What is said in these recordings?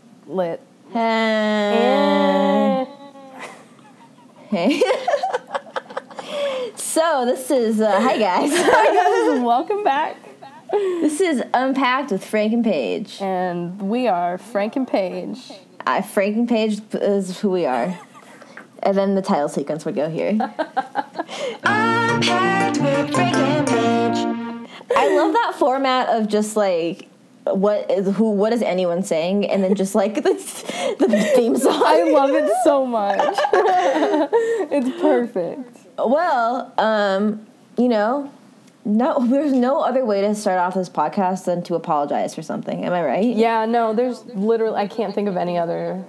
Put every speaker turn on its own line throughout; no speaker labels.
lit.
Hey. so this is uh, hi guys.
Welcome back.
this is Unpacked with Frank and Paige.
And we are Frank and Paige.
I Frank and Paige is who we are, and then the title sequence would go here.
Unpacked with Frank and Paige.
I love that format of just like. What is who? What is anyone saying? And then just like the, the theme song.
I love it so much. it's perfect.
Well, um, you know, no, there's no other way to start off this podcast than to apologize for something. Am I right?
Yeah, no, there's literally, I can't think of any other.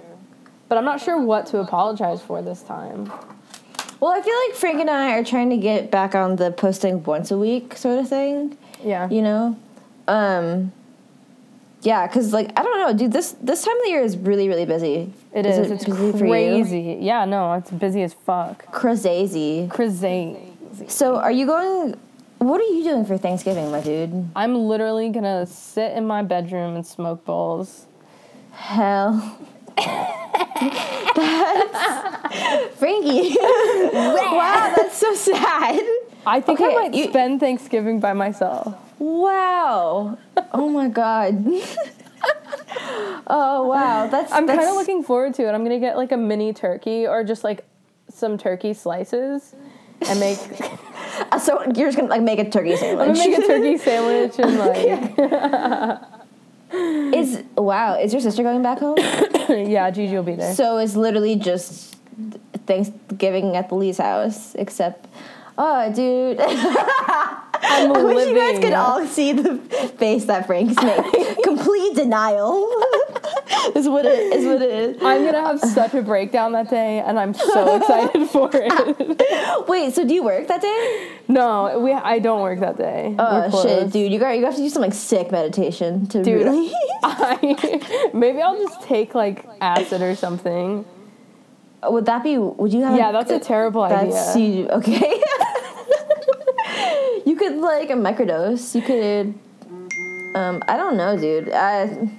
But I'm not sure what to apologize for this time.
Well, I feel like Frank and I are trying to get back on the posting once a week sort of thing.
Yeah.
You know, um, yeah, because like I don't know, dude. This this time of the year is really really busy.
It is.
It
it's
busy for you?
crazy. Yeah, no, it's busy as fuck.
Crazy.
Crazy.
So, are you going? What are you doing for Thanksgiving, my dude?
I'm literally gonna sit in my bedroom and smoke bowls.
Hell. that's Frankie. wow, that's so sad.
I think
Okay,
I might
you-
spend Thanksgiving by myself.
Wow. Oh my god. oh wow. That's
I'm kind
that's-
of looking forward to it. I'm gonna get like a mini turkey or just like some turkey slices and make
Uh, so you're just gonna like make a turkey
I'm
sandwich.
gonna make a turkey sandwich and like
is wow, is your sister going back home?
yeah, Gigi will be there.
so it's literally just Thanksgiving at the Lee's house, except oh dude.
I'm
I wish
living.
you guys could all see the face that Frank's making. Complete denial is what it is. What it is.
I'm gonna have such a breakdown that day, and I'm so excited for it.
Wait, so do you work that day?
No, we I don't work that day. We're
Oh shit,
closed.
dude, you got you have to do some like sick meditation to
Dude.
really.
I, maybe I'll just take like acid or something.
Would that be? Would you have?
Yeah, that's a terrible
That's
idea.
you. Okay. you could like a microdose. You could. Um, I don't know, dude. I.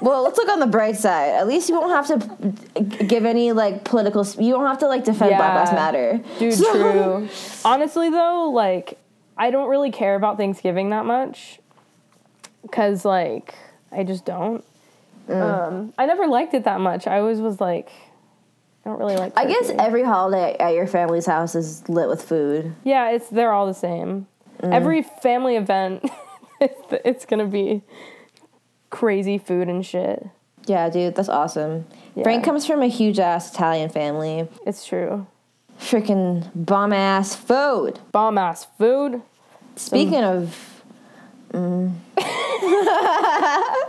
Well, let's look on the bright side. At least you won't have to g- give any like political. Sp- you don't have to like defend Black Lives
Yeah.
Matter.
Dude,
So-
true. Honestly, though, like, I don't really care about Thanksgiving that much. Because, like, I just don't. Um, I never liked it that much. I always was like, I don't really like
I guess
turkey.
every holiday at your family's house is lit with food.
Yeah, it's they're all the same. Every family event, it's going to be crazy food and shit.
Yeah, dude, that's awesome.
Yeah.
Frank comes from a huge ass Italian family.
It's true.
Freaking bomb ass food.
Bomb ass food.
Speaking
Um,
of. mm.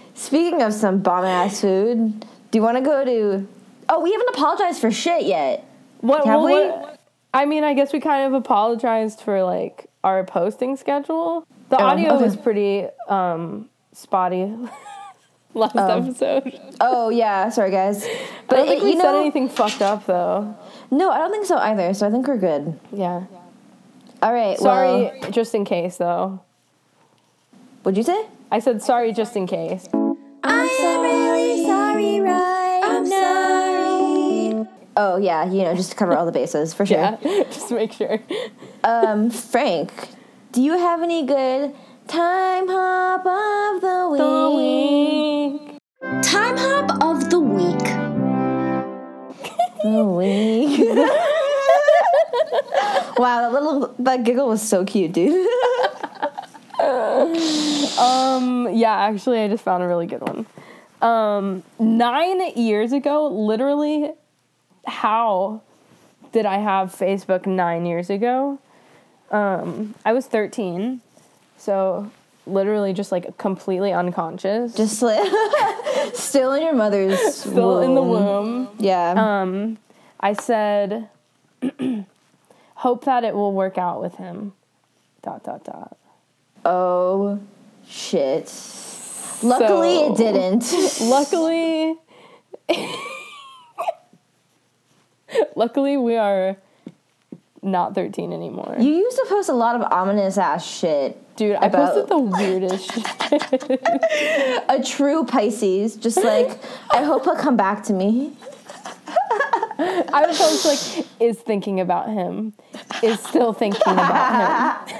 Speaking of some bomb ass food, do you want to go to. Oh, we haven't apologized for shit yet.
What,
Have
well,
we?
what- I mean, I guess we kind of apologized for like our posting schedule. The
Oh,
audio
okay.
was pretty um spotty last episode.
Oh, yeah, sorry guys.
But I
But
don't think
it-
we
you
said
know.
anything fucked up though.
No, I don't think so either, so I think we're good.
Yeah.
All right,
Sorry,
well.
just in case though.
What'd you say?
I said sorry just in case.
I am really sorry, right? I'm sorry.
Oh, yeah, you know, just to cover all the bases, for sure.
Yeah. just make sure.
Um, Frank, do you have any good time hop of the week?
Time hop of the week.
The week. wow, that little that giggle was so cute, dude.
Um, yeah, actually, I just found a really good one. Um, nine years ago, literally, how did I have Facebook nine years ago? Um, I was 13, so literally just like completely unconscious, just
Just like still in your mother's
still in the
womb.
womb.
Yeah.
Um, I said, hope that it will work out with him. Dot, dot, dot.
oh shit. Luckily
So-
it didn't.
Luckily, luckily we are not 13 anymore.
You used to post a lot of ominous ass shit
dude, I
About-
posted the weirdest shit.
a true Pisces, just like I hope he'll come back to me.
I was always like, is thinking about him, is still thinking about him.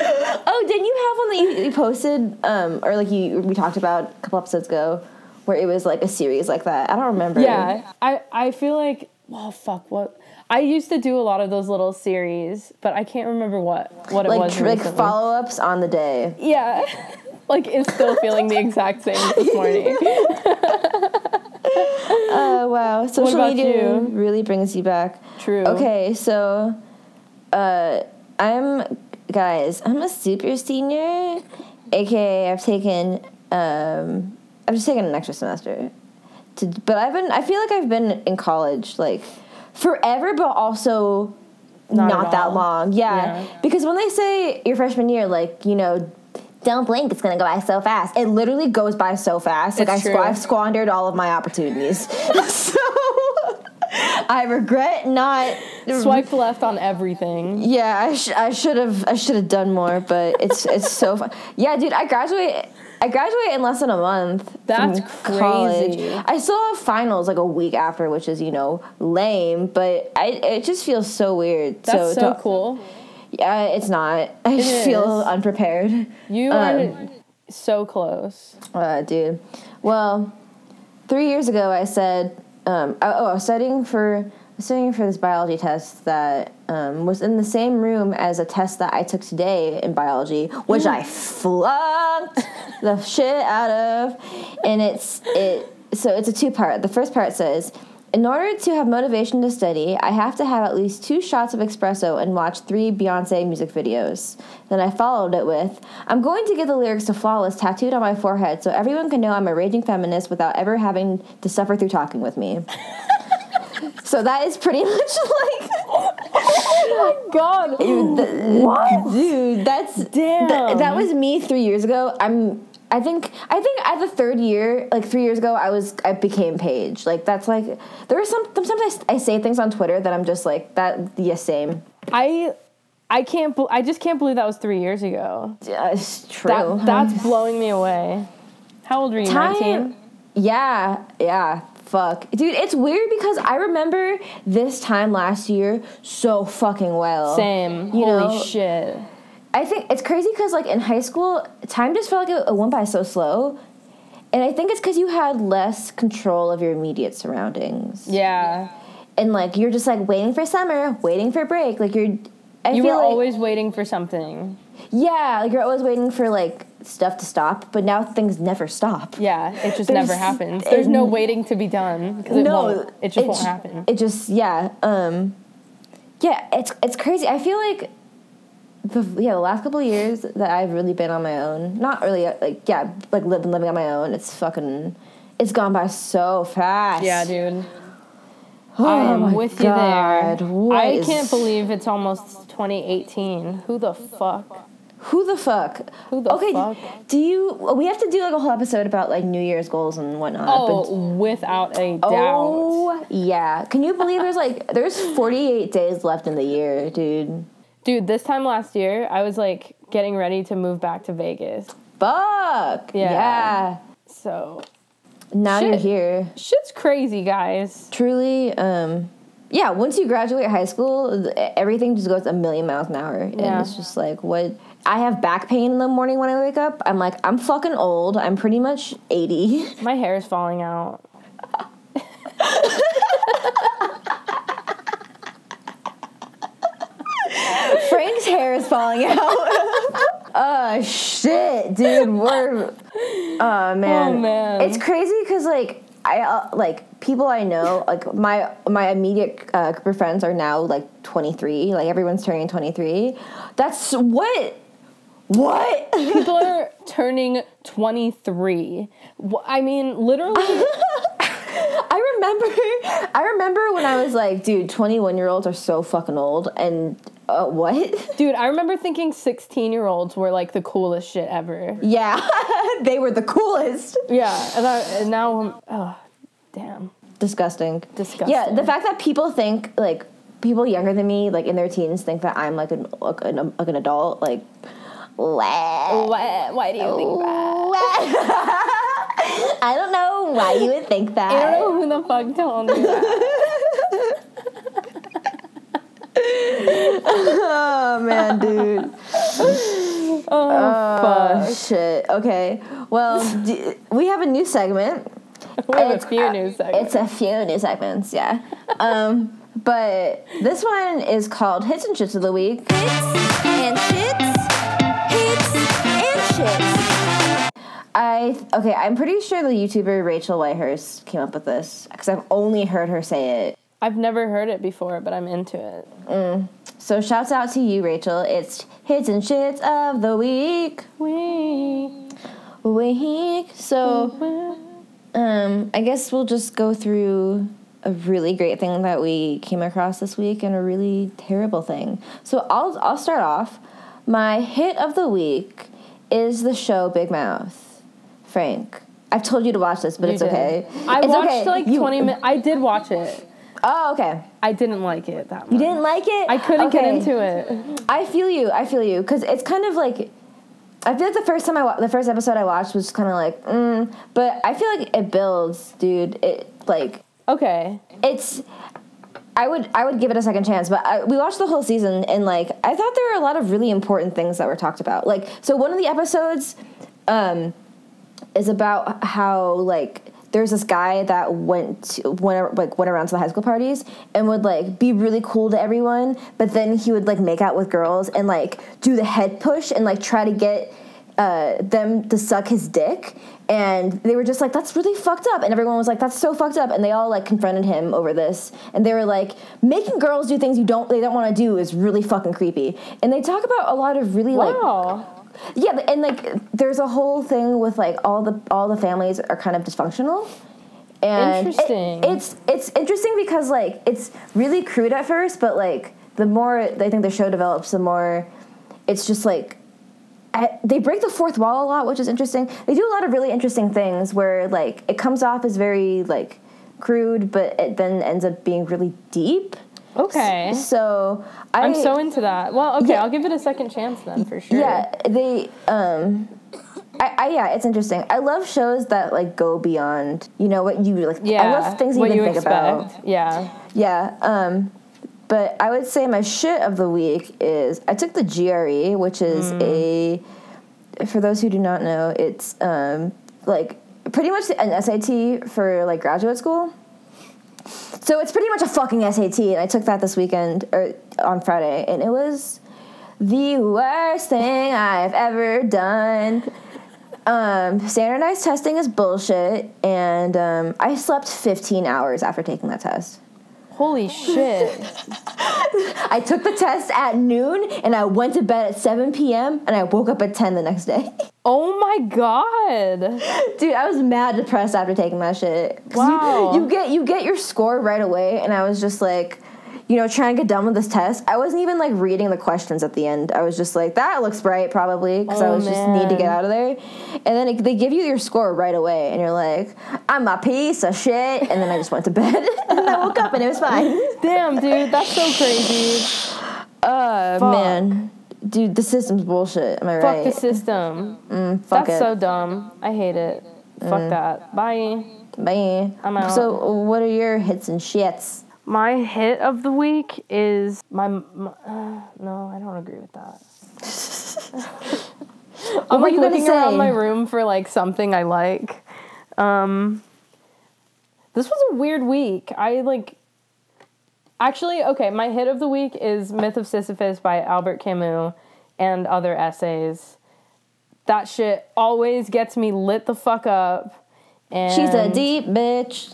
Oh, didn't you have one that you, you posted, um, or like you we talked about a couple episodes ago, where it was like a series like that? I don't remember.
Yeah, I, I feel like, oh, fuck, what? I used to do a lot of those little series, but I can't remember what, what it
like
was.
tr- like
recently.
follow ups on the day.
Yeah. like, it's still feeling the exact same this morning.
Oh wow, social
about
media
you?
really brings you back.
True.
Okay, so uh, I'm guys. I'm a super senior, aka I've taken um, I've just taken an extra semester. To, but I've been I feel like I've been in college like forever, but also
Not
not,
at all.
that long. Yeah.
Yeah.
because when they say your freshman year, like you know. Don't blink; it's gonna go by so fast. It literally goes by so fast. Like
It's
I squ-
true.
I've squandered all of my opportunities, so I regret not
Swipe left on everything.
yeah, I, sh- I should have I should have done more, but it's it's so fun. Yeah, dude, I graduate I graduate in less than a month. from
That's crazy.
I still have finals like a week after, which is you know lame, but I it just feels so weird.
That's so,
don't-
cool.
Yeah, it's not. I just feel
is.
unprepared.
You are so close.
Uh, dude. Well, three years ago, I said, um, I, oh, I was studying for I was studying for this biology test that um, was in the same room as a test that I took today in biology, which I flunked the shit out of, and it's it. So it's a two part. The first part says. In order to have motivation to study, I have to have at least two shots of espresso and watch three Beyonce music videos. Then I followed it with I'm going to get the lyrics to Flawless tattooed on my forehead so everyone can know I'm a raging feminist without ever having to suffer through talking with me. so that is pretty much like.
God.
what? Dude, that's.
Damn.
th- that was me three years ago. I'm. I think I think at the third year, like three years ago, I was I became Paige. Like that's like there are some sometimes I s- I, say things on Twitter that I'm just like that. Yeah, same.
I I can't bel I just can't believe that was 3 years ago.
Yeah, it's true.
That that's blowing me away. How old were you?
Time-
19.
Yeah, yeah. Fuck. Dude, it's weird because I remember this time last year so fucking well.
Same.
You
Holy
know,
shit.
I think it's crazy because, like, in high school, time just felt like it, it went by so slow. And I think it's because you had less control of your immediate surroundings.
Yeah.
And, like, you're just, like, waiting for summer, waiting for break. Like, you're. I
You
feel
were
like,
always waiting for something.
Yeah, like, you're always waiting for, like, stuff to stop, but now things never stop.
Yeah, it just
There's-
never happens. There's no waiting to be done because it won't. It just won't
ju-
happen.
It just yeah, um, yeah. It's it's crazy. I feel like the yeah the last couple of years that I've really been on my own. Not really uh, like yeah like living living on my own. It's fucking. It's gone by so fast.
Yeah, dude.
Oh
I
my
am with
God,
you there.
what
I
is-
can't believe it's almost 2018. Who the fuck?
Who the fuck?
Who the
okay,
fuck?
do you? We have to do like a whole episode about like New Year's goals and whatnot. but-
Oh, without a doubt.
Oh yeah! Can you believe there's like there's 48 days left in the year, dude?
Dude, this time last year, I was like getting ready to move back to Vegas.
Fuck!
Yeah.
yeah.
So,
now
Shit.
you're here.
shit's crazy, guys.
Truly, um, yeah. Once you graduate high school, th- everything just goes a million miles an hour, and
Yeah.
it's just like what. I have back pain in the morning when I wake up. I'm like, I'm fucking old. I'm pretty much 80.
My hair is falling out.
Frank's hair is falling out. oh shit, dude. We're oh man.
man.
It's crazy because like I uh, like people I know like my my immediate uh, group of friends are now like 23. Like everyone's turning 23. That's what. What?
People are turning 23. Wh- I mean, literally,
I remember. I remember when I was like, dude, 21 year olds are so fucking old. And uh, what?
dude, I remember thinking 16 year olds were like the coolest shit ever.
Yeah, they were the coolest.
Yeah, and, I, and now I'm, oh, damn.
disgusting.
Disgusting.
Yeah, the fact that people think like people younger than me, like in their teens, think that I'm like an like an, like an adult. Like What?
Why, why do you
Oh.
think that?
I don't know why you would think that.
I don't know who the fuck told me that.
Oh man, dude.
Oh,
Oh shit. Okay. Well, d- we have a new segment.
fuck. We have
It's-
a few news segments.
It's a few new segments, yeah. Um, but this one is called Hits and Shits of the Week.
Hits and shits. Hits and shits.
I okay. I'm pretty sure the YouTuber Rachel Whitehurst came up with this because I've only heard her say it.
I've never heard it before, but I'm into it.
So shouts out to you, Rachel. It's Hits and Shits of the Week.
We
Week. So. Um, I guess we'll just go through a really great thing that we came across this week and a really terrible thing. So I'll I'll start off. My hit of the week is the show Big Mouth. Frank, I've told you to watch this, but
You
it's
did.
okay.
I
It's
watched
okay.
like
You-
20 minutes. I did watch it.
Oh, okay.
I didn't like it that much.
You didn't like it?
I couldn't
Okay.
get into it.
I feel you. I feel you. Because it's kind of like. I feel like the first time I wa- the first episode I watched was kind of like, mm, but I feel like it builds, dude. It like
Okay.
it's I would I would give it a second chance, but I, we watched the whole season and like I thought there were a lot of really important things that were talked about. Like so one of the episodes um is about how like there's this guy that went to, went like went around to the high school parties and would like be really cool to everyone, but then he would like make out with girls and like do the head push and like try to get uh, them to suck his dick. And they were just like, that's really fucked up. And everyone was like, that's so fucked up. And they all like confronted him over this. And they were like, making girls do things you don't they don't want to do is really fucking creepy. And they talk about a lot of really like
Wow.
yeah, th- and like there's a whole thing with like all the all the families are kind of dysfunctional. And it-
Interesting.
it's it's interesting because like it's really crude at first, but like the more I think the show develops, the more it's just like I, they break the fourth wall a lot, which is interesting. They do a lot of really interesting things where like it comes off as very like crude, but it then ends up being really deep.
Okay.
So I,
I'm so into that. Well, okay,
Yeah.
I'll give it a second chance then for sure.
Yeah, they um I, I yeah, it's interesting. I love shows that like go beyond, you know, what you like
Yeah.
I love things you
what
even
you
think
expect.
about.
Yeah.
Yeah. Um but I would say my shit of the week is I took the GRE, which is a for those who do not know, it's um like pretty much an SAT for like graduate school. So it's pretty much a fucking SAT, and I took that this weekend or on Friday, and it was the worst thing I've ever done. Um, standardized testing is bullshit, and um, I slept 15 hours after taking that test.
Holy shit.
I took the test at noon, and I went to bed at 7 p.m., and I woke up at 10 the next day.
oh my god.
Dude, I was mad depressed after taking that shit. 'Cause you-
Wow.
You, get you get your score right away, and I was just like, you know, trying to get done with this test. I wasn't even like reading the questions at the end. I was just like, that looks right, probably, because I
Oh,
was just need to get
man.
out of there. And then it, they give you your score right away, and you're like, I'm a piece of shit. And then I just went to bed, and I woke up, and it was fine.
Damn, dude, that's so crazy.
Uh,
Fuck.
man, dude, the system's bullshit. Am I
Fuck
right?
the system.
Fuck
that's
it. Mm.
so dumb. I hate it. Fuck that. Bye.
Bye.
I'm out.
So, what are your hits and shits?
My hit of the week is my. m uh, no, I don't agree with that. I'm
were
like
you gonna
looking around
say?
my room for like something I like. Um, this was a weird week. I like. Actually, okay, my hit of the week is Myth of Sisyphus by Albert Camus and other essays. That shit always gets me lit the fuck up. And
She's a deep bitch.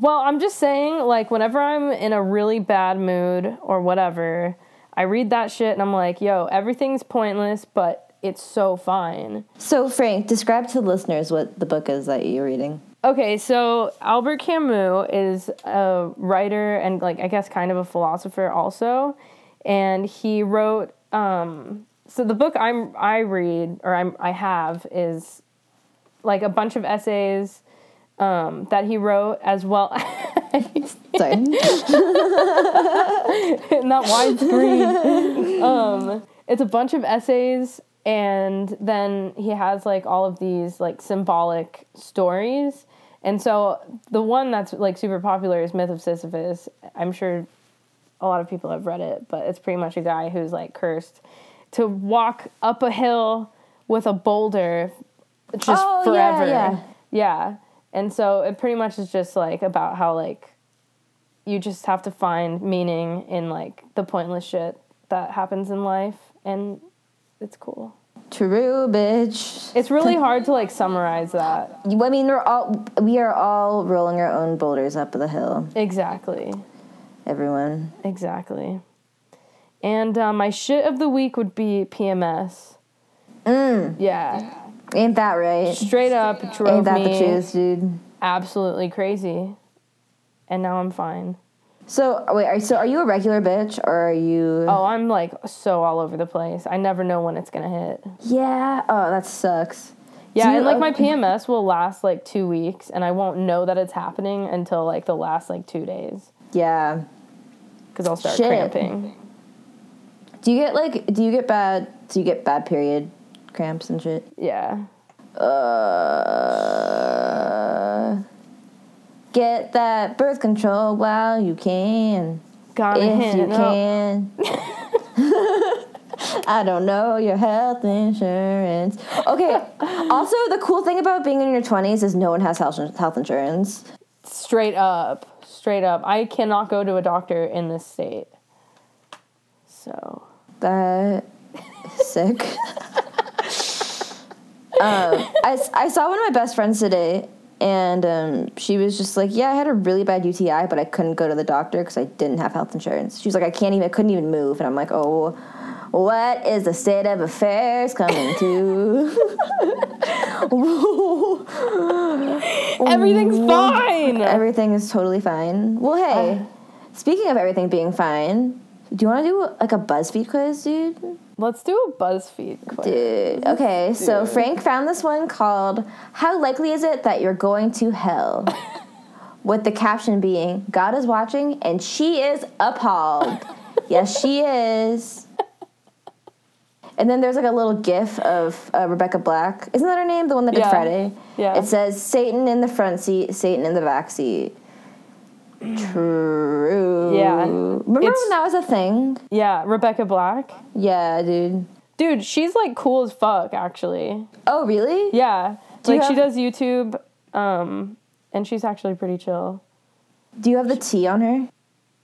well, I'm just saying, like, whenever I'm in a really bad mood or whatever, I read that shit and I'm like, yo, everything's pointless, but it's so fine.
So, Frank, describe to the listeners what the book is that you're reading.
Okay, so Albert Camus is a writer and, like, I guess kind of a philosopher also. And he wrote, um, so the book I'm, I read or I'm, I have is like a bunch of essays um, that he wrote as well.
Sorry.
not widescreen. um, it's a bunch of essays and then he has like all of these like symbolic stories and so the one that's like super popular is myth of sisyphus i'm sure a lot of people have read it but it's pretty much a guy who's like cursed to walk up a hill with a boulder just
Oh, yeah,
forever
yeah.
yeah and so it pretty much is just like about how like you just have to find meaning in like the pointless shit that happens in life and it's cool
True, bitch.
it's really hard to like summarize that
You- I mean, we're all we are all rolling our own boulders up the hill.
exactly
Everyone.
exactly and uh, my shit of the week would be pms mm. yeah
Ain't that right?
straight up it drove
Ain't that the
me
truth, dude?
absolutely crazy and now i'm fine
So wait, are, so are you a regular bitch or are you?
oh i'm like so all over the place i never know when it's gonna hit
Yeah. Oh, that sucks.
Yeah,
Do
and
you-
like my PMS will last like two weeks, and I won't know that it's happening until like the last like two days
Yeah.
because I'll start
Shit.
cramping.
Do you get like? Do you get bad? Do you get bad period cramps and shit?
Yeah,
Uh, get that birth control while you can.
got a
If
hint.
you
No.
can. I don't know your health insurance. Okay. Also, the cool thing about being in your 20s is no one has health, health insurance.
Straight up, straight up. I cannot go to a doctor in this state. So
That sick. um, I, s- I saw one of my best friends today, and um, she was just like, "Yeah, I had a really bad UTI, but I couldn't go to the doctor because I didn't have health insurance." She was like, "I can't even, I couldn't even move," and I'm like, "Oh, what is the state of affairs coming to?"
everything's fine. Uh.
Everything is totally fine. Well, hey, speaking of everything being fine, do you want to do like a BuzzFeed quiz, dude?
Let's do a BuzzFeed quiz.
Dude. Okay, so Frank found this one called How Likely Is It That You're Going to Hell? With the caption being, God is watching and she is appalled. yes, she is. And then there's like a little gif of uh, Rebecca Black. Isn't that her name? The one that did
Yeah.
Friday?
Yeah.
It says, Satan in the front seat, Satan in the back seat. True.
Mm. Yeah.
Remember
It's-
when that was a thing?
Yeah, Rebecca Black.
Yeah, dude.
Dude, she's like cool as fuck, actually.
Oh, really?
Yeah,
Do you
like she
have-
does YouTube, um, and she's actually pretty chill.
Do you have the T on her?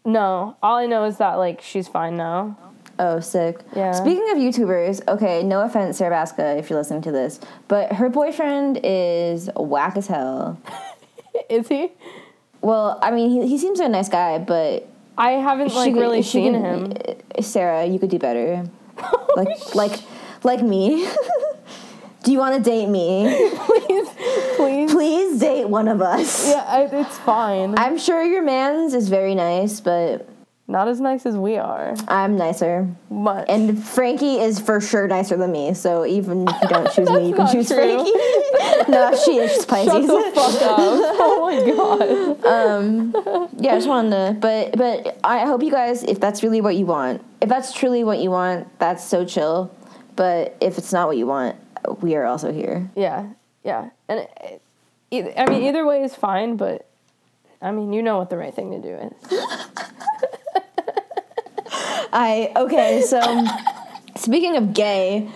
No, all I know is that like she's fine now.
Oh, sick.
Yeah.
Speaking of YouTubers, okay, no offense, Sarah Vasca, if you're listening to this, but her boyfriend is whack as hell.
Is he?
Well, I mean, he, he seems like a nice guy, but
I haven't like
could-
really seen
could-
him.
uh, Sarah, you could do better. like, like, like me. do you want to date me?
Please.
Please date one of us.
Yeah, I, it's fine.
I'm sure your man's is very nice, but
Not as nice as we are.
I'm nicer.
Much.
And Frankie is for sure nicer than me, so even if you don't choose me, you can
not
choose
true.
Frankie. no, she is she's
shut
Pisces.
the fuck up. Oh my god.
yeah, I just wanted to, but but I hope you guys, if that's really what you want, if that's truly what you want, that's so chill. But if it's not what you want, we are also here.
Yeah, yeah. And it, it, I mean, either way is fine, but I mean, you know what the right thing to do is.
I okay, so speaking of gay,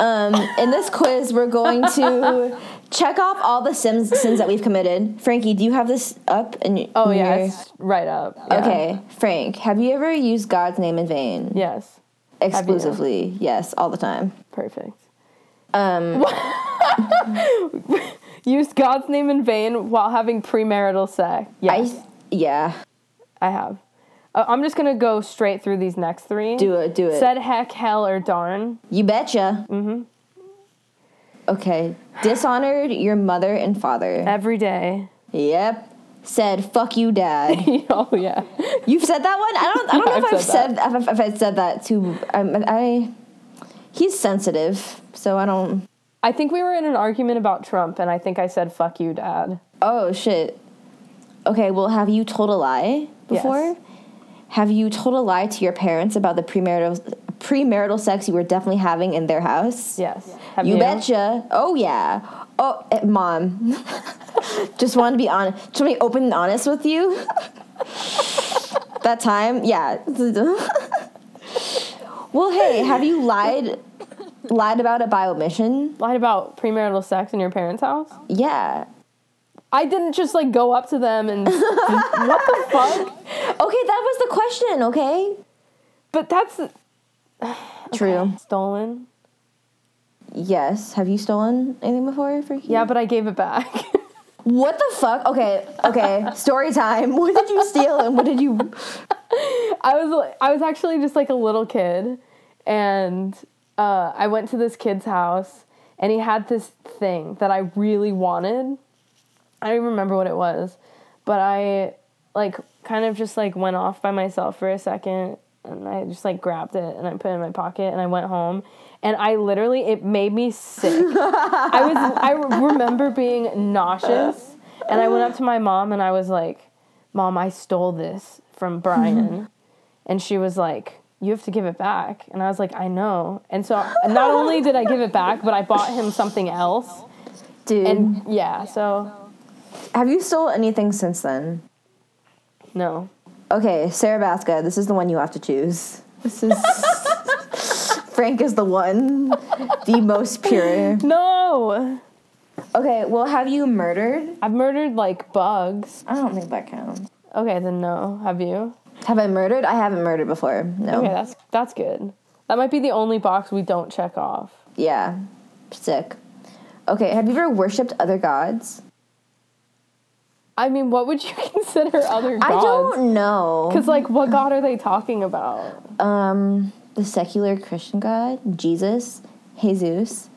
um, in this quiz we're going to check off all the sins sins that we've committed. Frankie, do you have this up? And
Oh yeah, it's right up. Yeah.
Okay, Frank, have you ever used God's name in vain?
Yes.
Exclusively, yes, all the time.
Perfect.
Um,
Used God's name in vain while having premarital sex. Yes.
I, yeah,
I have. Uh, I'm just gonna go straight through these next three.
do it, do it.
Said heck, hell, or darn.
you betcha. Mm-hmm. Okay, dishonored your mother and father.
Every day.
Yep. Said fuck you, dad.
oh yeah.
You've said that one. I don't. I don't know
Yeah,
if I've,
I've said
said, if, if I've said that to. Um, I. He's sensitive, so I don't.
I think we were in an argument about Trump, and I think I said "fuck you, Dad."
Oh shit. Okay. Well, have you told a lie before?
Yes.
Have you told a lie to your parents about the premarital premarital sex you were definitely having in their house.
Yes. Have
you, betcha. Oh yeah. Oh, eh, mom. Just wanted to be honest. Just want to be open and honest with you. that time, yeah. well, hey, have you lied? Lied about it by omission?
Lied about premarital sex in your parents' house?
Yeah.
I didn't just like go up to them and what the fuck?
Okay, that was the question. Okay.
But that's
True.
stolen.
Yes. Have you stolen anything before, Freaky?
Yeah, but I gave it back.
What the fuck? Okay, okay. Story time. What did you steal and what did you?
I was I was actually just like a little kid, and uh, I went to this kid's house, and he had this thing that I really wanted. I don't even remember what it was, but I like kind of just like went off by myself for a second, and I just like grabbed it and I put it in my pocket and I went home, and I literally it made me sick. I was I remember being nauseous, and I went up to my mom and I was like, "Mom, I stole this from Brian," and she was like, "You have to give it back," and I was like, "I know." And so not only did I give it back, but I bought him something else,
Dude,
and yeah, so
have you stole anything since then?
no.
Okay, Sarah Basca. This is the one you have to choose. This is Frank is the one, the most pure.
No!
Okay, well, have you murdered?
I've murdered like bugs.
I don't think that counts.
Okay, then no. Have you?
Have I murdered? I haven't murdered before. No.
Okay, that's that's good. That might be the only box we don't check off.
Yeah. Sick. Okay, have you ever worshipped other gods?
I mean, what would you consider other gods?
I don't know.
Because, like, what god are they talking about?
Um, the secular Christian god, Jesus, Jesus.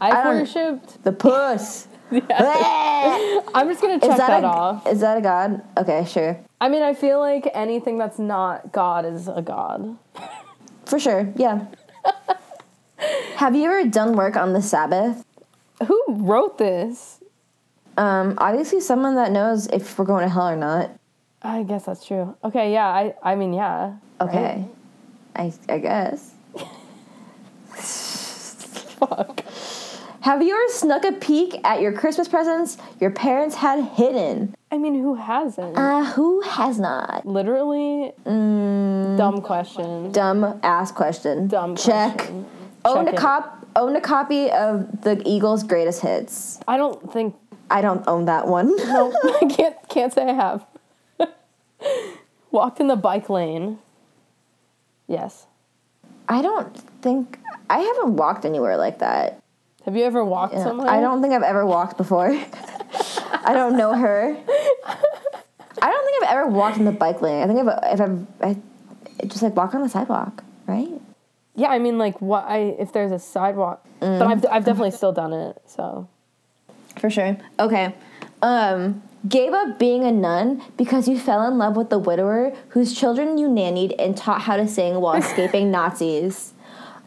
I
I've
don't-
worshipped.
The puss. Bleh.
I'm just gonna check
Is
that,
that, a,
off.
is that a god? Okay, sure.
I mean, I feel like anything that's not God is a god.
For sure, yeah. Have you ever done work on the Sabbath?
Who wrote this?
Um, obviously someone that knows if we're going to hell or not.
I guess that's true. Okay, yeah. I I mean, yeah.
Okay. I I guess.
Fuck.
Have you ever snuck a peek at your Christmas presents your parents had hidden?
I mean, who hasn't?
Uh, who has not?
Literally,
Mm.
dumb question.
Dumb ass question.
Dumb
Check.
question.
Owned
Check
a
it.
cop owned a copy of the Eagles' greatest hits.
I don't think.
I don't own that one.
Nope. I can't. Can't say I have. Walked in the bike lane. Yes.
I don't think I haven't walked anywhere like that.
Have you ever walked
Yeah.
somewhere?
I don't think I've ever walked before. I don't know her. I don't think I've ever walked in the bike lane. I think I've if I've I just like walk on the sidewalk, right?
Yeah, I mean, like, what I if there's a sidewalk,
Mm.
but I've I've definitely still done it. So
For sure. Okay. Um, gave up being a nun because you fell in love with the widower whose children you nannied and taught how to sing while escaping Nazis.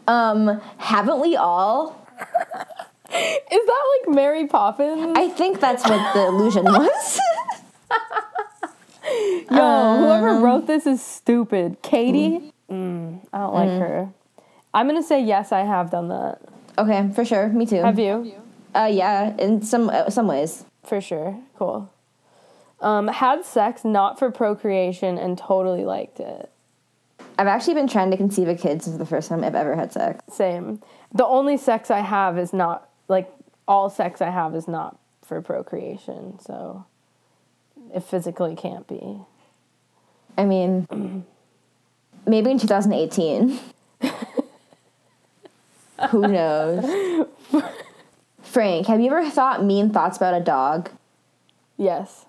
Um, haven't we all?
is that like Mary Poppins?
I think that's what the illusion was.
Yo, whoever wrote this is stupid. Katie, mm, I don't like her. I'm gonna say yes, I have done that.
okay, for sure. Me too.
Have you?
Uh, yeah, in some uh, some ways.
For sure. Cool. Um, had sex not for procreation and totally liked it.
I've actually been trying to conceive a kid since the first time I've ever had sex.
Same. The only sex I have is not like all sex I have is not for procreation. So it physically can't be.
I mean, maybe in 2018. Who knows? Frank, have you ever thought mean thoughts about a dog?
Yes.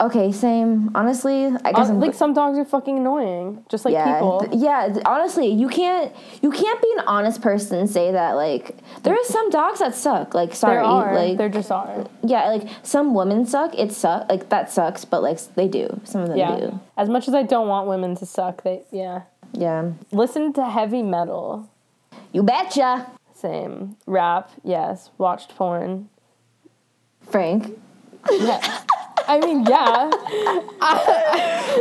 Okay, same. Honestly, I guess
Uh,
I'm
like some dogs are fucking annoying, just like
yeah,
people.
th- yeah. th- Honestly, you can't you can't be an honest person and say that like there are some dogs that suck. Like sorry,
there are.
like
there just are.
yeah, like some women suck. It suck like that sucks, but like they do. Some of them
Yeah.
do.
As much as I don't want women to suck, they yeah.
Yeah.
Listen to heavy metal.
You betcha.
Same. Rap. Yes. Watched porn.
Frank.
Yeah. I mean, yeah.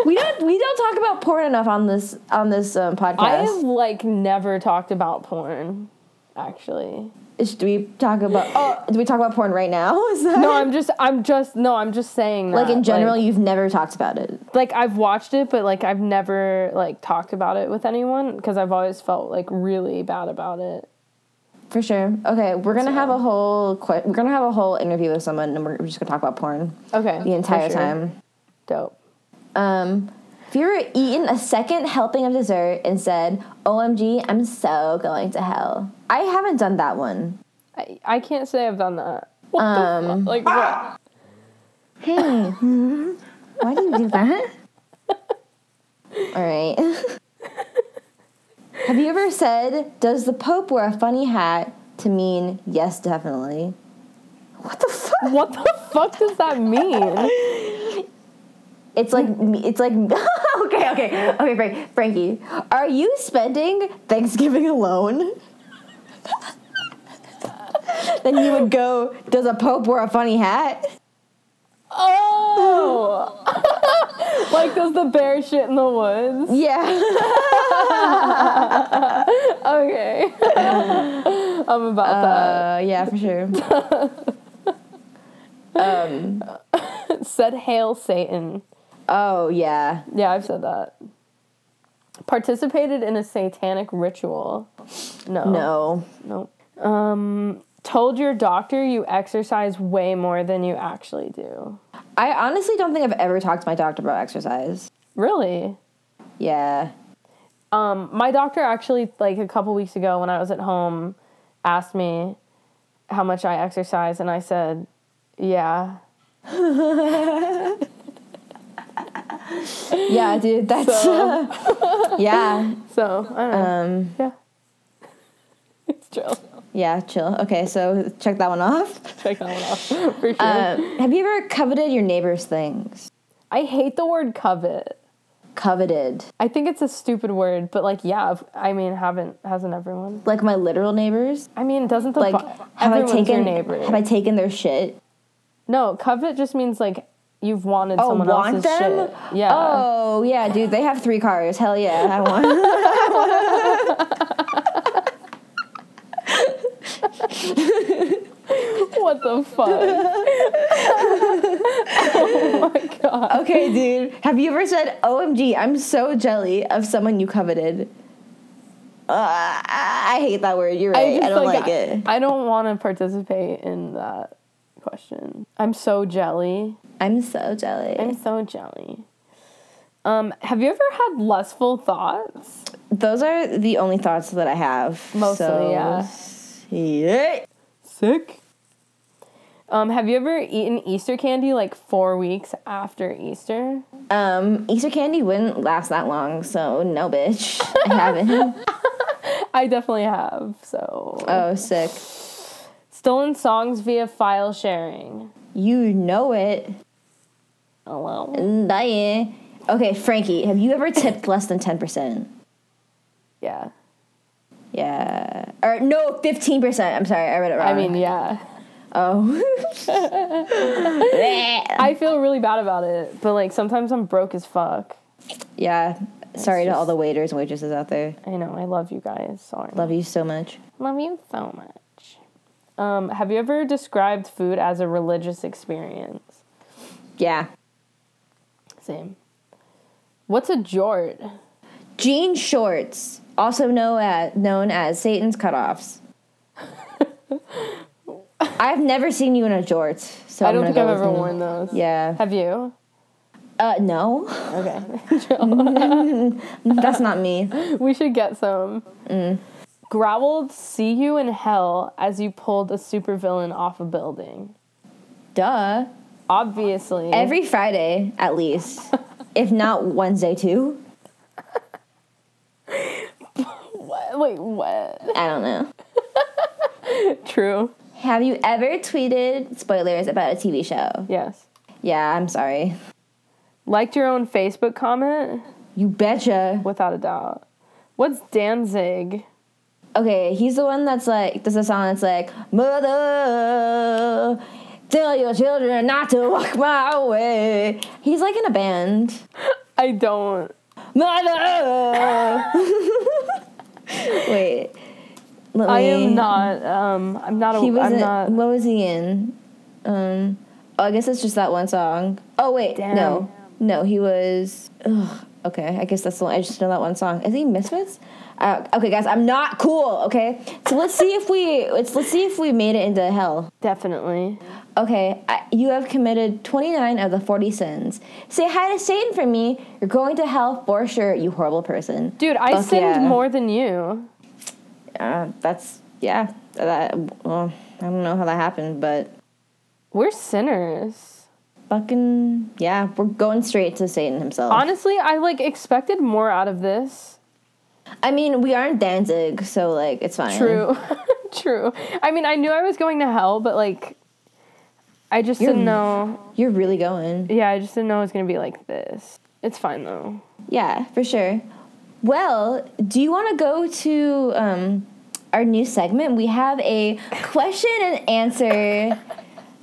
we don't we don't talk about porn enough on this on this um,
I have
podcast.
like never talked about porn, actually.
Should we talk about? Oh, do we talk about porn right now? Is that
No, I'm just, I'm just, no, I'm just saying.
like
that,
in general, you've never talked about it.
like I've watched it, but like I've never like talked about it with anyone because I've always felt like really bad about it.
For sure. Okay, we're gonna have a whole que- we're gonna have a whole interview with someone, and we're we're just gonna talk about porn
Okay,
the entire
for sure.
time.
Dope.
Um, if you were eaten a second helping of dessert and said, "OMG, I'm so going to hell," I haven't done that one.
I, I can't say I've done that. What the
Um,
fu- Like what?
Hey, why do you do that? All right. Have you ever said, "Does the Pope wear a funny hat?" to mean yes, definitely? What the fuck?
What the fuck does that mean?
It's like it's like okay, okay, okay, Frank, Frankie. Are you spending Thanksgiving alone? then you would go. Does a pope wear a funny hat?
Oh, like does the bear shit in the woods?
Yeah.
Okay, I'm about
Uh, yeah, for sure.
that. Said hail Satan.
Oh yeah.
Yeah, I've said that. Participated in a satanic ritual. No.
No.
Nope. Um, told your doctor you exercise way more than you actually do.
I honestly don't think I've ever talked to my doctor about exercise.
Really?
Yeah.
Um, my doctor actually, like a couple weeks ago when I was at home, asked me how much I exercise, and I said, yeah.
Yeah, dude. That's yeah.
So, I don't know.
Um.
yeah. It's true.
Yeah. Chill. Okay. So check that one off.
Check that one off for sure.
Um, have you ever coveted your neighbor's things?
I hate the word covet.
Coveted.
I think it's a stupid word, but like, yeah, if- I mean, haven't, hasn't everyone?
Like my literal neighbors?
I mean, doesn't the
Like
fu-
have I
everyone's
taken
your neighbor?
have I taken their shit?
No, covet just means like you've wanted
Oh,
someone
want
else's
them?
shit. Yeah.
Oh yeah, dude, they have three cars. Hell yeah, I want.
What the fuck? oh my god.
okay, dude. Have you ever said, "OMG, I'm so jelly of someone you coveted"? Uh, I I hate that word. You're right. I, don't like, it.
I don't want to participate in that question. I'm so jelly.
I'm so jelly.
I'm so jelly. Um, have you ever had lustful thoughts?
Those are the only thoughts that I have.
Mostly,
so-
yeah.
Yeah.
Sick. Um, have you ever eaten Easter candy like four weeks after Easter?
Um, Easter candy wouldn't last that long, so no, bitch. I haven't.
I definitely have. So
oh, sick.
stolen songs via file sharing.
You know it.
Hello.
Dying. Okay, Frankie, have you ever tipped less than 10%?
Yeah.
Yeah. Or no, 15%. I'm sorry, I read it wrong.
I mean, yeah.
oh.
I feel really bad about it, but like sometimes I'm broke as fuck.
yeah. Sorry to
just-
all the waiters and waitresses out there.
I know. I love you guys. Sorry.
Love you so much.
Love you so much. Um, have you ever described food as a religious experience?
Yeah.
Same. What's a jort?
Jean shorts, also know as, known as Satan's cutoffs. I've never seen you in a jorts, so
I
I'm
don't
gonna
think
go
I've
with
ever
no.
worn those.
Yeah.
Have you?
Uh, no,
Okay.
that's not me.
we should get some. Growled, see you in hell as you pulled a supervillain off a building.
Duh.
Obviously.
Every Friday, at least, if not Wednesday too.
Wait, what?
I don't know.
True.
Have you ever tweeted spoilers about a TV show?
Yes.
Yeah, I'm sorry.
Liked your own Facebook comment?
You betcha.
Without a doubt. What's Danzig?
Okay, he's the one that's like, does a song that's like, Mother, Tell your children not to walk my way. He's like in a band.
I don't.
Mother. Wait. Let
I am
me-
not. Um, I'm not. A,
He was.
I'm
in-
not.
What was he in? Um. Oh, I guess it's just that one song. Oh wait, no, no, he was. Ugh, okay, I guess that's the one. I just know that one song. Is he Misfits? Uh, okay, guys, I'm not cool. Okay, so let's see if we let's let's see if we made it into hell.
Definitely.
Okay, I, you have committed 29 of the 40 sins. Say hi to Satan for me. You're going to hell for sure, you horrible person.
Dude, I
Fuck
sinned
yeah.
more than you.
Uh, that's yeah. That well, I don't know how that happened, but
We're sinners.
fucking yeah, we're going straight to Satan himself.
Honestly, I like expected more out of this.
I mean, we aren't Danzig, so like it's fine.
True. True. I mean, I knew I was going to hell, but like I just
You're-
didn't know.
You're really going.
Yeah, I just didn't know it was going to be like this. It's fine though.
Yeah, for sure. Well, do you want to go to um, our new segment? We have a question and answer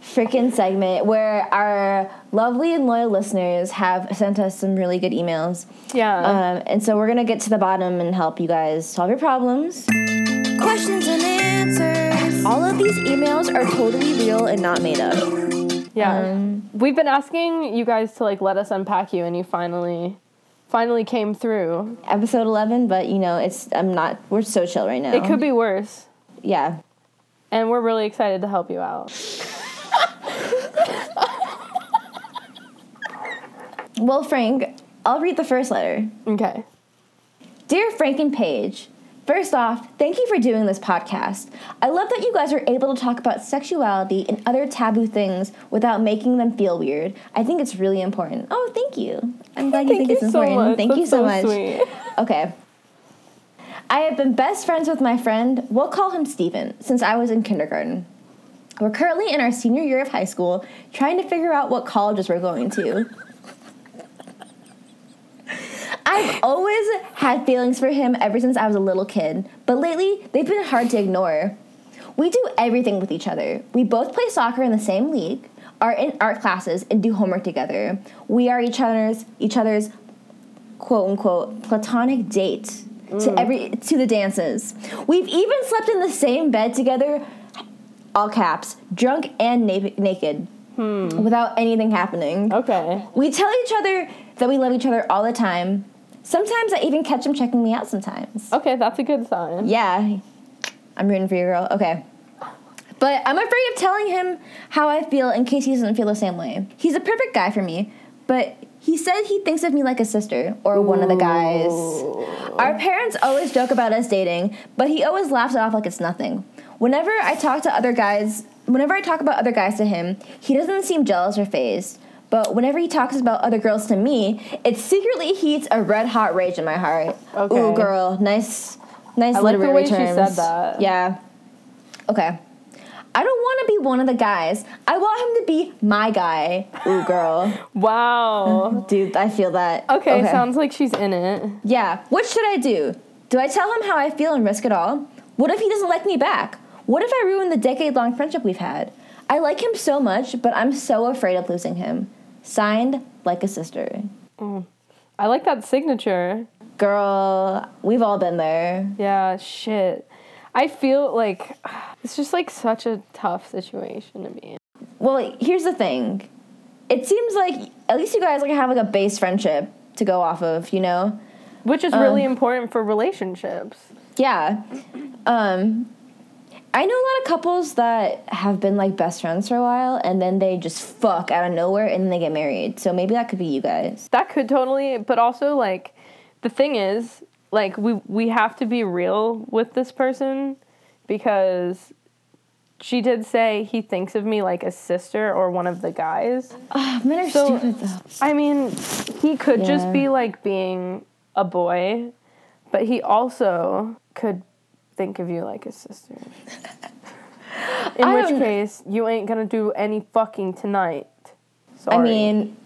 freaking segment where our lovely and loyal listeners have sent us some really good emails.
Yeah.
Um, and so we're going to get to the bottom and help you guys solve your problems.
Questions and answers.
All of these emails are totally real and not made up.
yeah.
um,
We've been asking you guys to like let us unpack you and you finally finally came through.
Episode 11, but you know, it's I'm not we're so chill right now.
It could be worse.
Yeah.
And we're really excited to help you out.
Well, Frank, I'll read the first letter.
Okay.
Dear Frank and Paige, first off, thank you for doing this podcast. I love that you guys are able to talk about sexuality and other taboo things without making them feel weird. I think it's really important. Oh, thank you. I'm glad you think it's
so
important.
much.
Thank you
That's
so, much.
Sweet.
Okay. I have been best friends with my friend, we'll call him Steven, since I was in kindergarten. We're currently in our senior year of high school, trying to figure out what colleges we're going to. I've always had feelings for him ever since I was a little kid, but lately they've been hard to ignore. We do everything with each other. We both play soccer in the same league, are in art classes, and do homework together. We are each other's each other's quote unquote platonic date to every to the dances. We've even slept in the same bed together, all caps, drunk and na- naked, without anything happening.
Okay.
We tell each other that we love each other all the time. Sometimes I even catch him checking me out sometimes.
Okay, that's a good sign.
Yeah. I'm rooting for you, girl. Okay. But I'm afraid of telling him how I feel in case he doesn't feel the same way. He's a perfect guy for me, but he said he thinks of me like a sister or one of the guys. Our parents always joke about us dating, but he always laughs it off like it's nothing. Whenever I talk to other guys, whenever I talk about other guys to him, he doesn't seem jealous or phased. But whenever he talks about other girls to me, it secretly heats a red hot rage in my heart. Ooh,
Okay.
girl, nice, nice
I like the
literary
way she said
terms.
that.
Yeah. Okay. I don't want to be one of the guys. I want him to be my guy. Ooh, girl.
Wow.
Dude, I feel that.
Okay, sounds like she's in it.
Yeah. What should I do? Do I tell him how I feel and risk it all? What if he doesn't like me back? What if I ruin the decade long friendship we've had? I like him so much, but I'm so afraid of losing him. Signed, like a sister.
I like that signature.
Girl, we've all been there.
Yeah, shit. I feel like it's just like such a tough situation to be in.
Well, here's the thing. It seems like at least you guys like have like a base friendship to go off of, you know?
Which is really important for relationships.
Yeah. Um I know a lot of couples that have been like best friends for a while and then they just fuck out of nowhere and then they get married. So maybe that could be you guys.
That could totally but also like the thing is, like we we have to be real with this person because she did say he thinks of me like a sister or one of the guys.
Oh, men are
So-
stupid though.
I mean, he could
Yeah.
just be like being a boy, but he also could think of you like a sister. In
I
which
don't-
case, you ain't gonna do any fucking tonight. Sorry.
I mean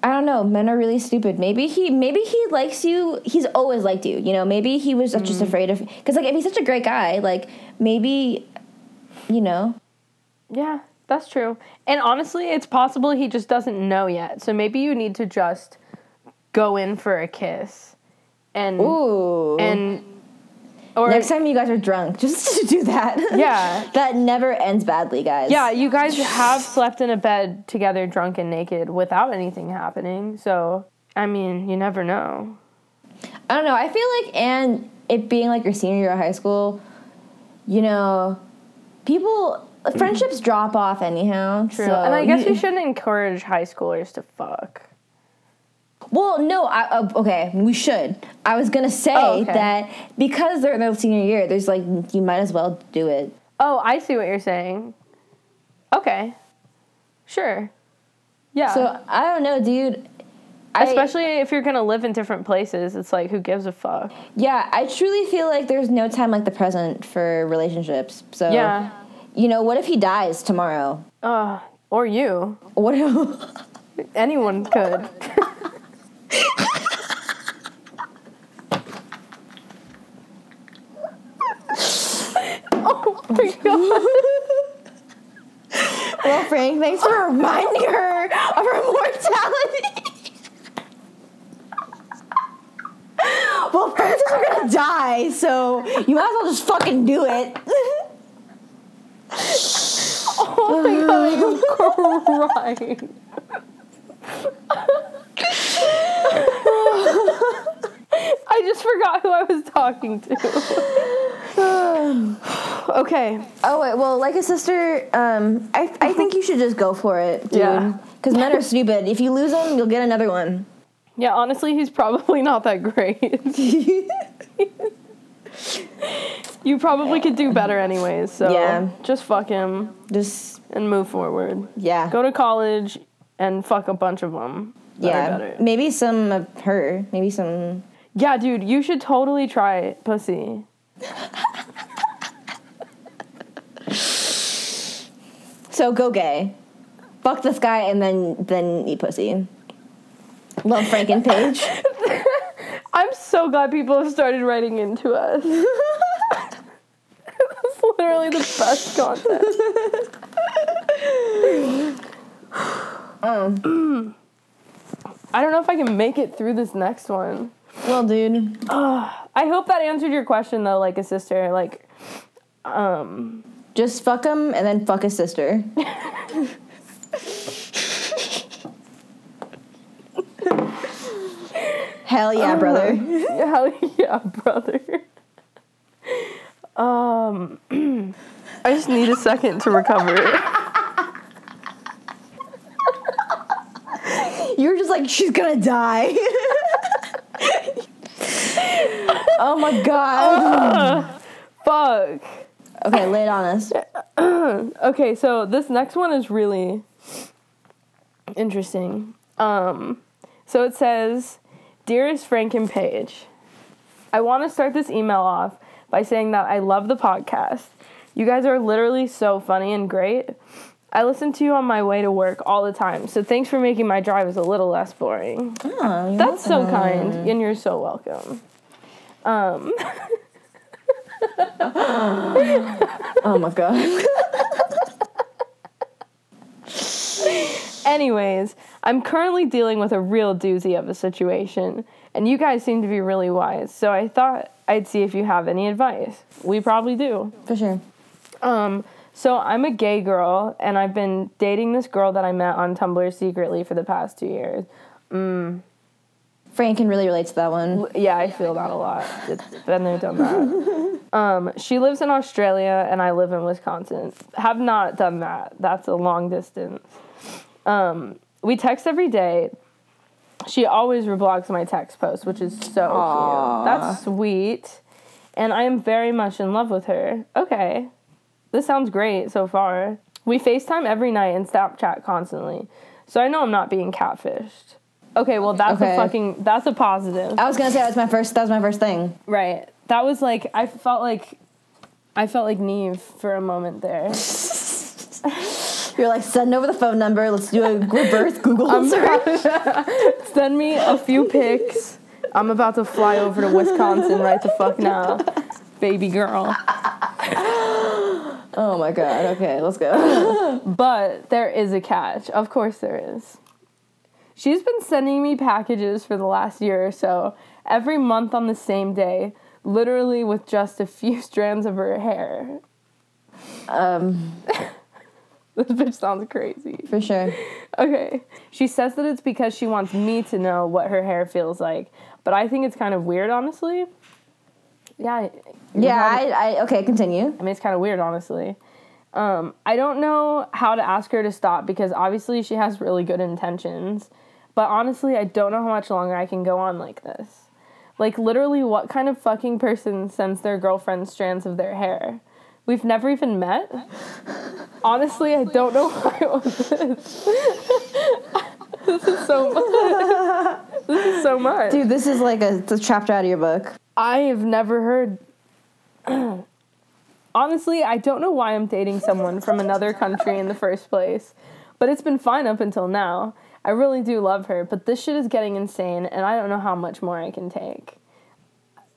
I don't know, men are really stupid. Maybe he maybe he likes you. He's always liked you, you know. Maybe he was
Mm-hmm.
just afraid of cuz like if he's such a great guy, like maybe you know,
Yeah, that's true. And honestly, it's possible he just doesn't know yet. So maybe you need to just go in for a kiss. And
Ooh.
and or
next time you guys are drunk, just do that.
Yeah.
that never ends badly, guys.
yeah, you guys have slept in a bed together drunk and naked without anything happening. So, I mean, you never know.
I don't know. I feel like, and it being like your senior year of high school, you know, people friendships drop off anyhow. True,
and I guess we shouldn't encourage high schoolers to fuck.
Well, no, I, uh, okay, we should. I was gonna say
Oh, okay.
that because they're in their senior year, there's like you might as well do it.
Oh, I see what you're saying. Okay. Sure. Yeah.
So I don't know, dude. I-
Uh. Especially if you're gonna live in different places, it's like who gives a fuck?
yeah, I truly feel like there's no time like the present for relationships. So
Yeah.
you know, what if he dies tomorrow?
Uh, or you.
What if?
Anyone could. oh my god.
Well, Frank, thanks for reminding her of her mortality. well, Francis are gonna die, so you might as well just fucking do it.
Oh my god, I'm crying. I just forgot who I was talking to. Okay.
oh wait, well, like a sister, um, I I think you should just go for it, dude.
Yeah.
Because men are stupid. If you lose them, you'll get another one.
Yeah, honestly, he's probably not that great. you probably could do better anyways, so
Yeah.
just fuck him
Just
and move forward.
yeah,
Go to college and fuck a bunch of them.
yeah. Maybe some of her. Maybe some.
Yeah, dude, you should totally try it, pussy.
So go gay. Fuck this guy and then then eat pussy. Love Frank and Paige.
I'm so glad people have started writing into us. That's literally the best content. Um. I don't know if I can make it through this next one.
well, dude.
I hope that answered your question though, like a sister. Like, um,
Just fuck him and then fuck his sister. Hell yeah, brother.
hell yeah, brother. Um, I just need a second to recover.
You're just like, she's gonna die. oh my god.
Fuck.
Okay, lay it on us.
Okay, so this next one is really interesting. Um, so it says, Dearest Frank and Paige, I want to start this email off by saying that I love the podcast. You guys are literally so funny and great. I listen to you on my way to work all the time, so thanks for making my drives a little less boring.
Oh, you're
That's so kind, and you're so welcome. Um,
Oh my god.
Anyways, I'm currently dealing with a real doozy of a situation, and you guys seem to be really wise, so I thought I'd see if you have any advice. We probably do.
For sure.
Um, so I'm a gay girl, and I've been dating this girl that I met on Tumblr secretly for the past two years.
Frank can really relate to that one.
Yeah, I feel that a lot. It's been there, done that. Um, she lives in Australia and I live in Wisconsin. Have not done that. That's a long distance. Um, we text every day. She always reblocks my text posts, which is so
Aw.
cute. That's sweet. And I am very much in love with her. Okay. This sounds great so far. We FaceTime every night and Snapchat constantly. So I know I'm not being catfished. Okay, well that's
Okay.
a fucking that's a positive.
I was gonna say that was my first. That was my first thing.
Right. That was like I felt like I felt like Neve for a moment there.
You're like, send over the phone number. Let's do a reverse Google search.
Send me a few pics. I'm about to fly over to Wisconsin right the fuck now. Baby girl.
Oh my god. Okay, let's go.
But there is a catch. Of course there is. She's been sending me packages for the last year or so, every month on the same day, literally with just a few strands of her hair.
Um,
This bitch sounds crazy.
for sure.
Okay. She says that it's because she wants me to know what her hair feels like, but I think it's kind of weird, honestly. Yeah. you
Yeah.
probably-
I, I. Okay. Continue.
I mean, it's kind of weird, honestly. Um, I don't know how to ask her to stop because obviously she has really good intentions. But honestly, I don't know how much longer I can go on like this. Like, literally, what kind of fucking person sends their girlfriend strands of their hair? We've never even met. Honestly, I don't know why I want this. this is so much. this is so much.
Dude, this is like a, it's a chapter out of your book.
I have never heard. Honestly, I don't know why I'm dating someone from another country in the first place, but it's been fine up until now. I really do love her, but this shit is getting insane, and I don't know how much more I can take.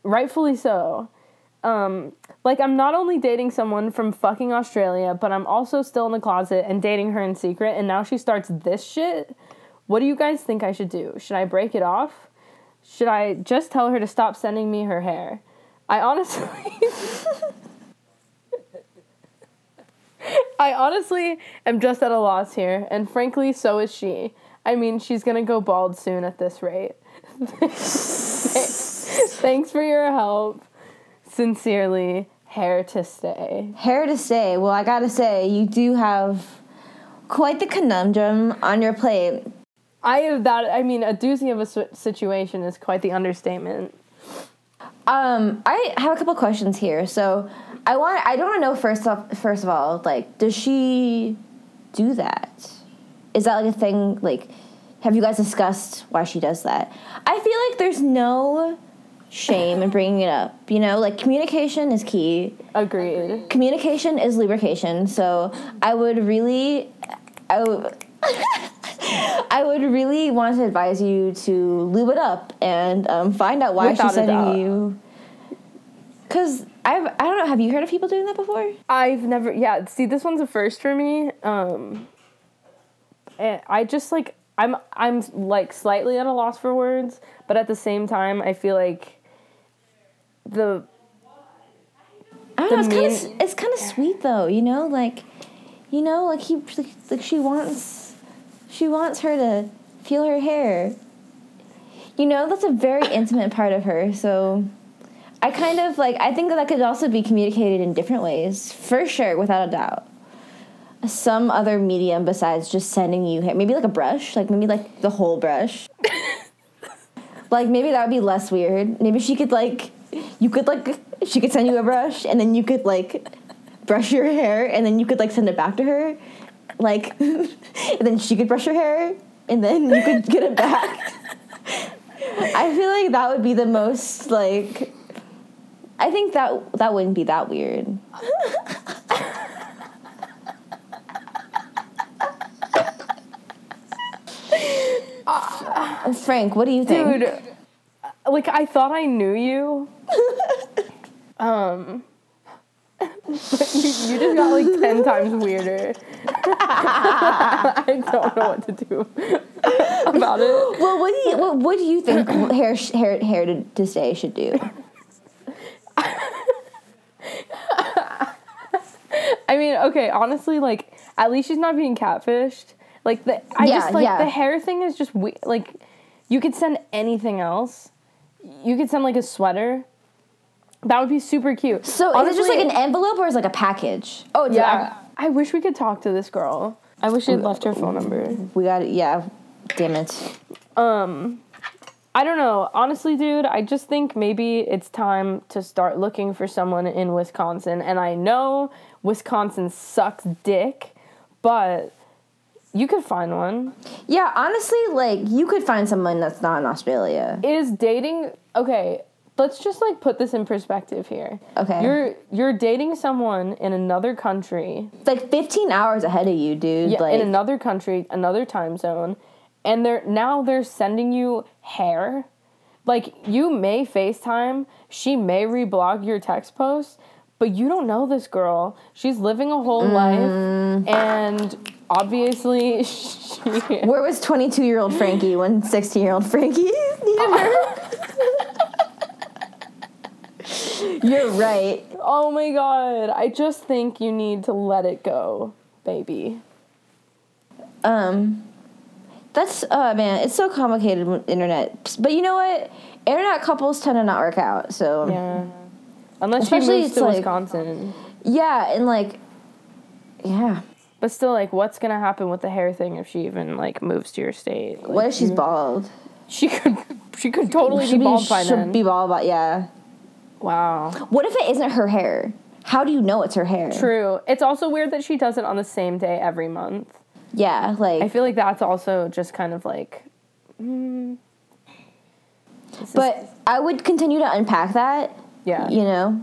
Rightfully so. Um, like, I'm not only dating someone from fucking Australia, but I'm also still in the closet and dating her in secret, and now she starts this shit? What do you guys think I should do? Should I break it off? Should I just tell her to stop sending me her hair? I honestly. I honestly am just at a loss here, and frankly, so is she. I mean, she's gonna go bald soon at this rate. Thanks for your help. Sincerely, hair to stay.
Hair to stay. Well, I gotta say, you do have quite the conundrum on your plate.
I have that. I mean, a doozy of a s- situation is quite the understatement.
Um, I have a couple questions here. So, I want I don't want to know first off. First of all, like, does she do that? Is that like a thing? Like, have you guys discussed why she does that? I feel like there's no shame in bringing it up. You know, like communication is key.
Agreed.
communication is lubrication so i would really i would I would really want to advise you to lube it up and um, find out why
Without a
she's sending
doubt.
you. Because I have I don't know. Have you heard of people doing that before?
I've never, yeah. See, this one's a first for me. Um, and I just like I'm I'm like slightly at a loss for words, but at the same time, I feel like the
I don't
The
know. It's
mean-
kind of it's kind of sweet though. You know, like you know, like he like, like she wants she wants her to feel her hair. You know, that's a very intimate part of her. So I kind of like I think that that could also be communicated in different ways, for sure, without a doubt. Some other medium besides just sending you hair, maybe like a brush, like maybe like the whole brush. Like maybe that would be less weird. Maybe she could like you could like she could send you a brush and then you could like brush your hair and then you could like send it back to her. Like and then she could brush her hair and then you could get it back. I feel like that would be the most like I think that that wouldn't be that weird. Frank, what do you think?
dude, uh, like I thought I knew you. um, but you, you just got like ten times weirder. I don't know what to do about it.
Well, what do you what, what do you think hair sh- hair hair to, to stay should do?
I mean, okay, honestly, like at least she's not being catfished. Like the I
Yeah,
just like
yeah.
the hair thing is just we- like you could send anything else. You could send like a sweater. That would be super cute.
So is it just like an envelope or is it like a package? Oh it's
yeah. I wish we could talk to this girl. I wish she had left her phone number.
a- we got it. Yeah, damn it.
Um, I don't know. Honestly, dude, I just think maybe it's time to start looking for someone in Wisconsin. And I know Wisconsin sucks dick, but you could find one.
Yeah, honestly, like you could find someone that's not in Australia.
Is dating okay? Let's just like put this in perspective here.
Okay.
You're you're dating someone in another country.
Like 15 hours ahead of you, dude.
Yeah,
like
in another country, another time zone, and they're now they're sending you hair. Like you may FaceTime, she may reblog your text post, but you don't know this girl. She's living a
Mm.
whole life, and obviously she.
Where was 22 year old Frankie when 16 year old Frankie needed her? You're right.
Oh my god! I just think you need to let it go, baby.
Um, that's oh man, it's so complicated with internet. But you know what? Internet couples tend to not work out. So
Yeah. Unless
Especially
she moves
it's
to
like-
Wisconsin.
yeah and like, yeah.
But still, like, what's gonna happen with the hair thing if she even like moves to your state? Like,
What if she's bald?
She could. She could totally
She'd
be bald by
she'll
then.
be bald by yeah.
wow.
What if it isn't her hair? How do you know it's her hair?
True. It's also weird that she does it on the same day every month.
Yeah, like
I feel like that's also just kind of like. hmm.
but I would continue to unpack that,
Yeah.
you know,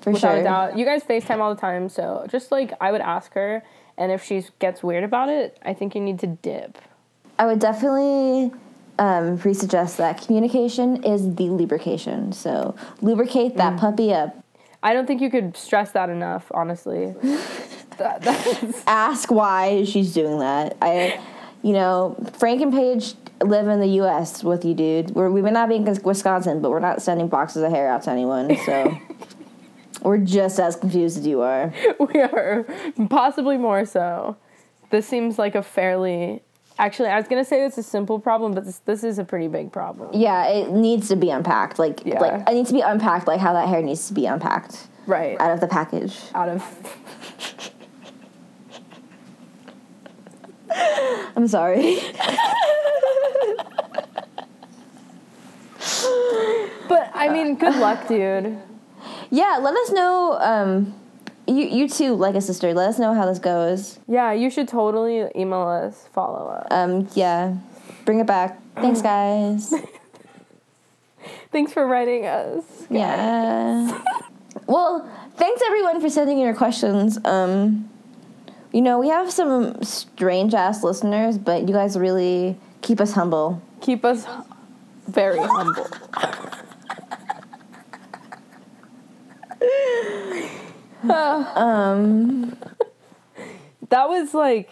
for
without
sure.
a doubt. You guys FaceTime all the time, so just like I would ask her, and if she gets weird about it, I think you need to dip.
I would definitely um, resuggest that communication is the lubrication. So lubricate
Mm.
that puppy up.
I don't think you could stress that enough, honestly. That- that's-
Ask why she's doing that. I, you know, Frank and Paige live in the U.S. with you, dude. We're, we may not be in Wisconsin, but we're not sending boxes of hair out to anyone. So we're just as confused as you are.
we are possibly more so. This seems like a fairly. Actually, I was gonna say it's a simple problem, but this, this is a pretty big problem.
Yeah, it needs to be unpacked. Like,
Yeah.
like it needs to be unpacked. Like how that hair needs to be unpacked
Right.
out of the package.
Out of.
I'm sorry.
But I mean, good luck, dude.
yeah, let us know. Um, you you too, like a sister. Let us know how this goes.
Yeah, you should totally email us follow up.
Um, yeah, bring it back. Thanks, guys.
Thanks for writing us.
Yeah. well, thanks everyone for sending in your questions. Um, you know we have some strange ass listeners, but you guys really keep us humble.
keep us very humble.
Um,
That was like,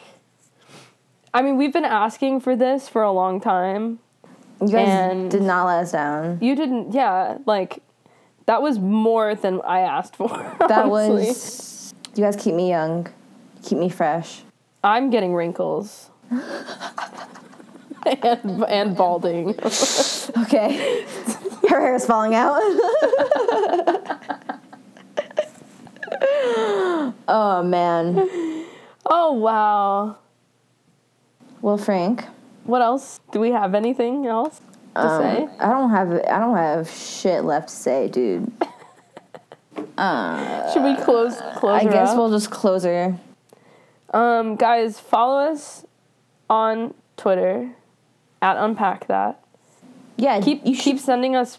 I mean, we've been asking for this for a long time.
you guys
And-
did not let us down.
You didn't, yeah, like, that was more than I asked for.
That
honestly.
was. You guys keep me young, keep me fresh.
I'm getting wrinkles. and, and balding.
Okay. Her hair is falling out. oh, man.
Oh, wow.
Well, Frank.
What else? Do we have anything else to
um,
say?
I don't have I don't have shit left to say, dude.
Should we close close
I
her
guess
up?
we'll just close her.
Um, guys, follow us on Twitter at unpack that.
Yeah,
Keep
you
you keep sending us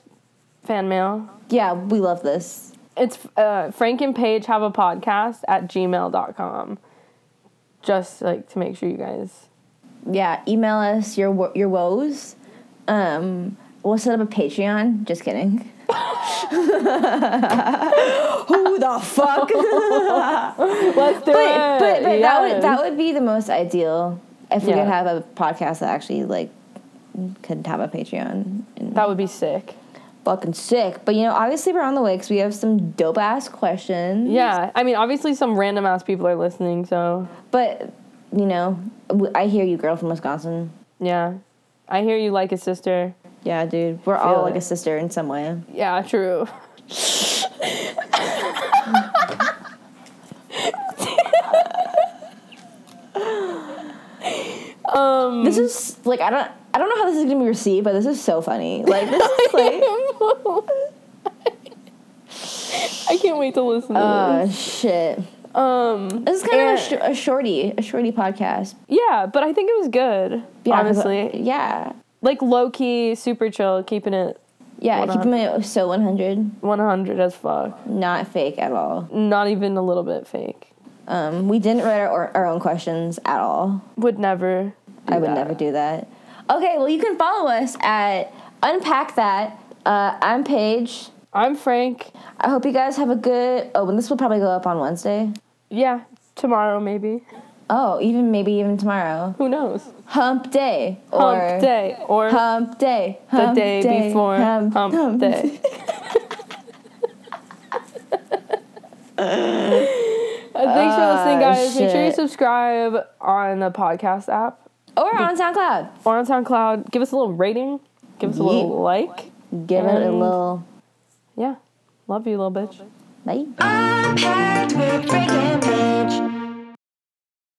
fan mail.
yeah, we love this.
It's uh, Frank and Paige have a podcast at gmail.com. Just like to make sure you guys.
Yeah, email us your wo- your woes. Um, we'll set up a Patreon. Just kidding. Who the fuck?
Let's do
but but, but that would
Yes.
that would be the most ideal if we
Yeah.
could have a podcast that actually like could have a Patreon and
That would be sick.
fucking sick. But you know, obviously we're on the way because we have some dope ass questions.
Yeah, I mean, obviously some random ass people are listening, so
But you know, w- I hear you, girl from Wisconsin.
yeah. I hear you like a sister.
Yeah, dude, we're all
Feel
like
it.
a sister in some way.
Yeah, true. um,
This is like I don't I don't know how this is gonna be received, but this is so funny. Like this is like
I can't wait to listen to
oh shit.
this. Um,
This is kind of
and-
a, sh- a shorty, a shorty podcast.
yeah, but I think it was good.
Yeah, 'cause-
honestly,
yeah,
like low key, super chill, keeping it
yeah.
Why
Keep
not?
them at so one hundred,
one hundred as fuck.
not fake at all.
Not even a little bit fake.
Um, we didn't write our, or- our own questions at all.
Would never. do
I would
that.
never do that. Okay, well, you can follow us at Unpack That. Uh, I'm Paige.
I'm Frank.
I hope you guys have a good. Oh, and this will probably go up on Wednesday.
Yeah, tomorrow maybe.
Oh, even maybe even tomorrow.
Who knows?
Hump day. Or
Hump day or
Hump day.
the
hump
day, before hump, day. Uh, Thanks for listening,
Ah,
guys. Make sure you
shit.
subscribe on the podcast app
Or on SoundCloud.
or on SoundCloud. Give us a little rating. Give us a
Yeah.
little like.
Give it a
And-
little.
Yeah. Love you, little bitch.
Bye.
I'm happy.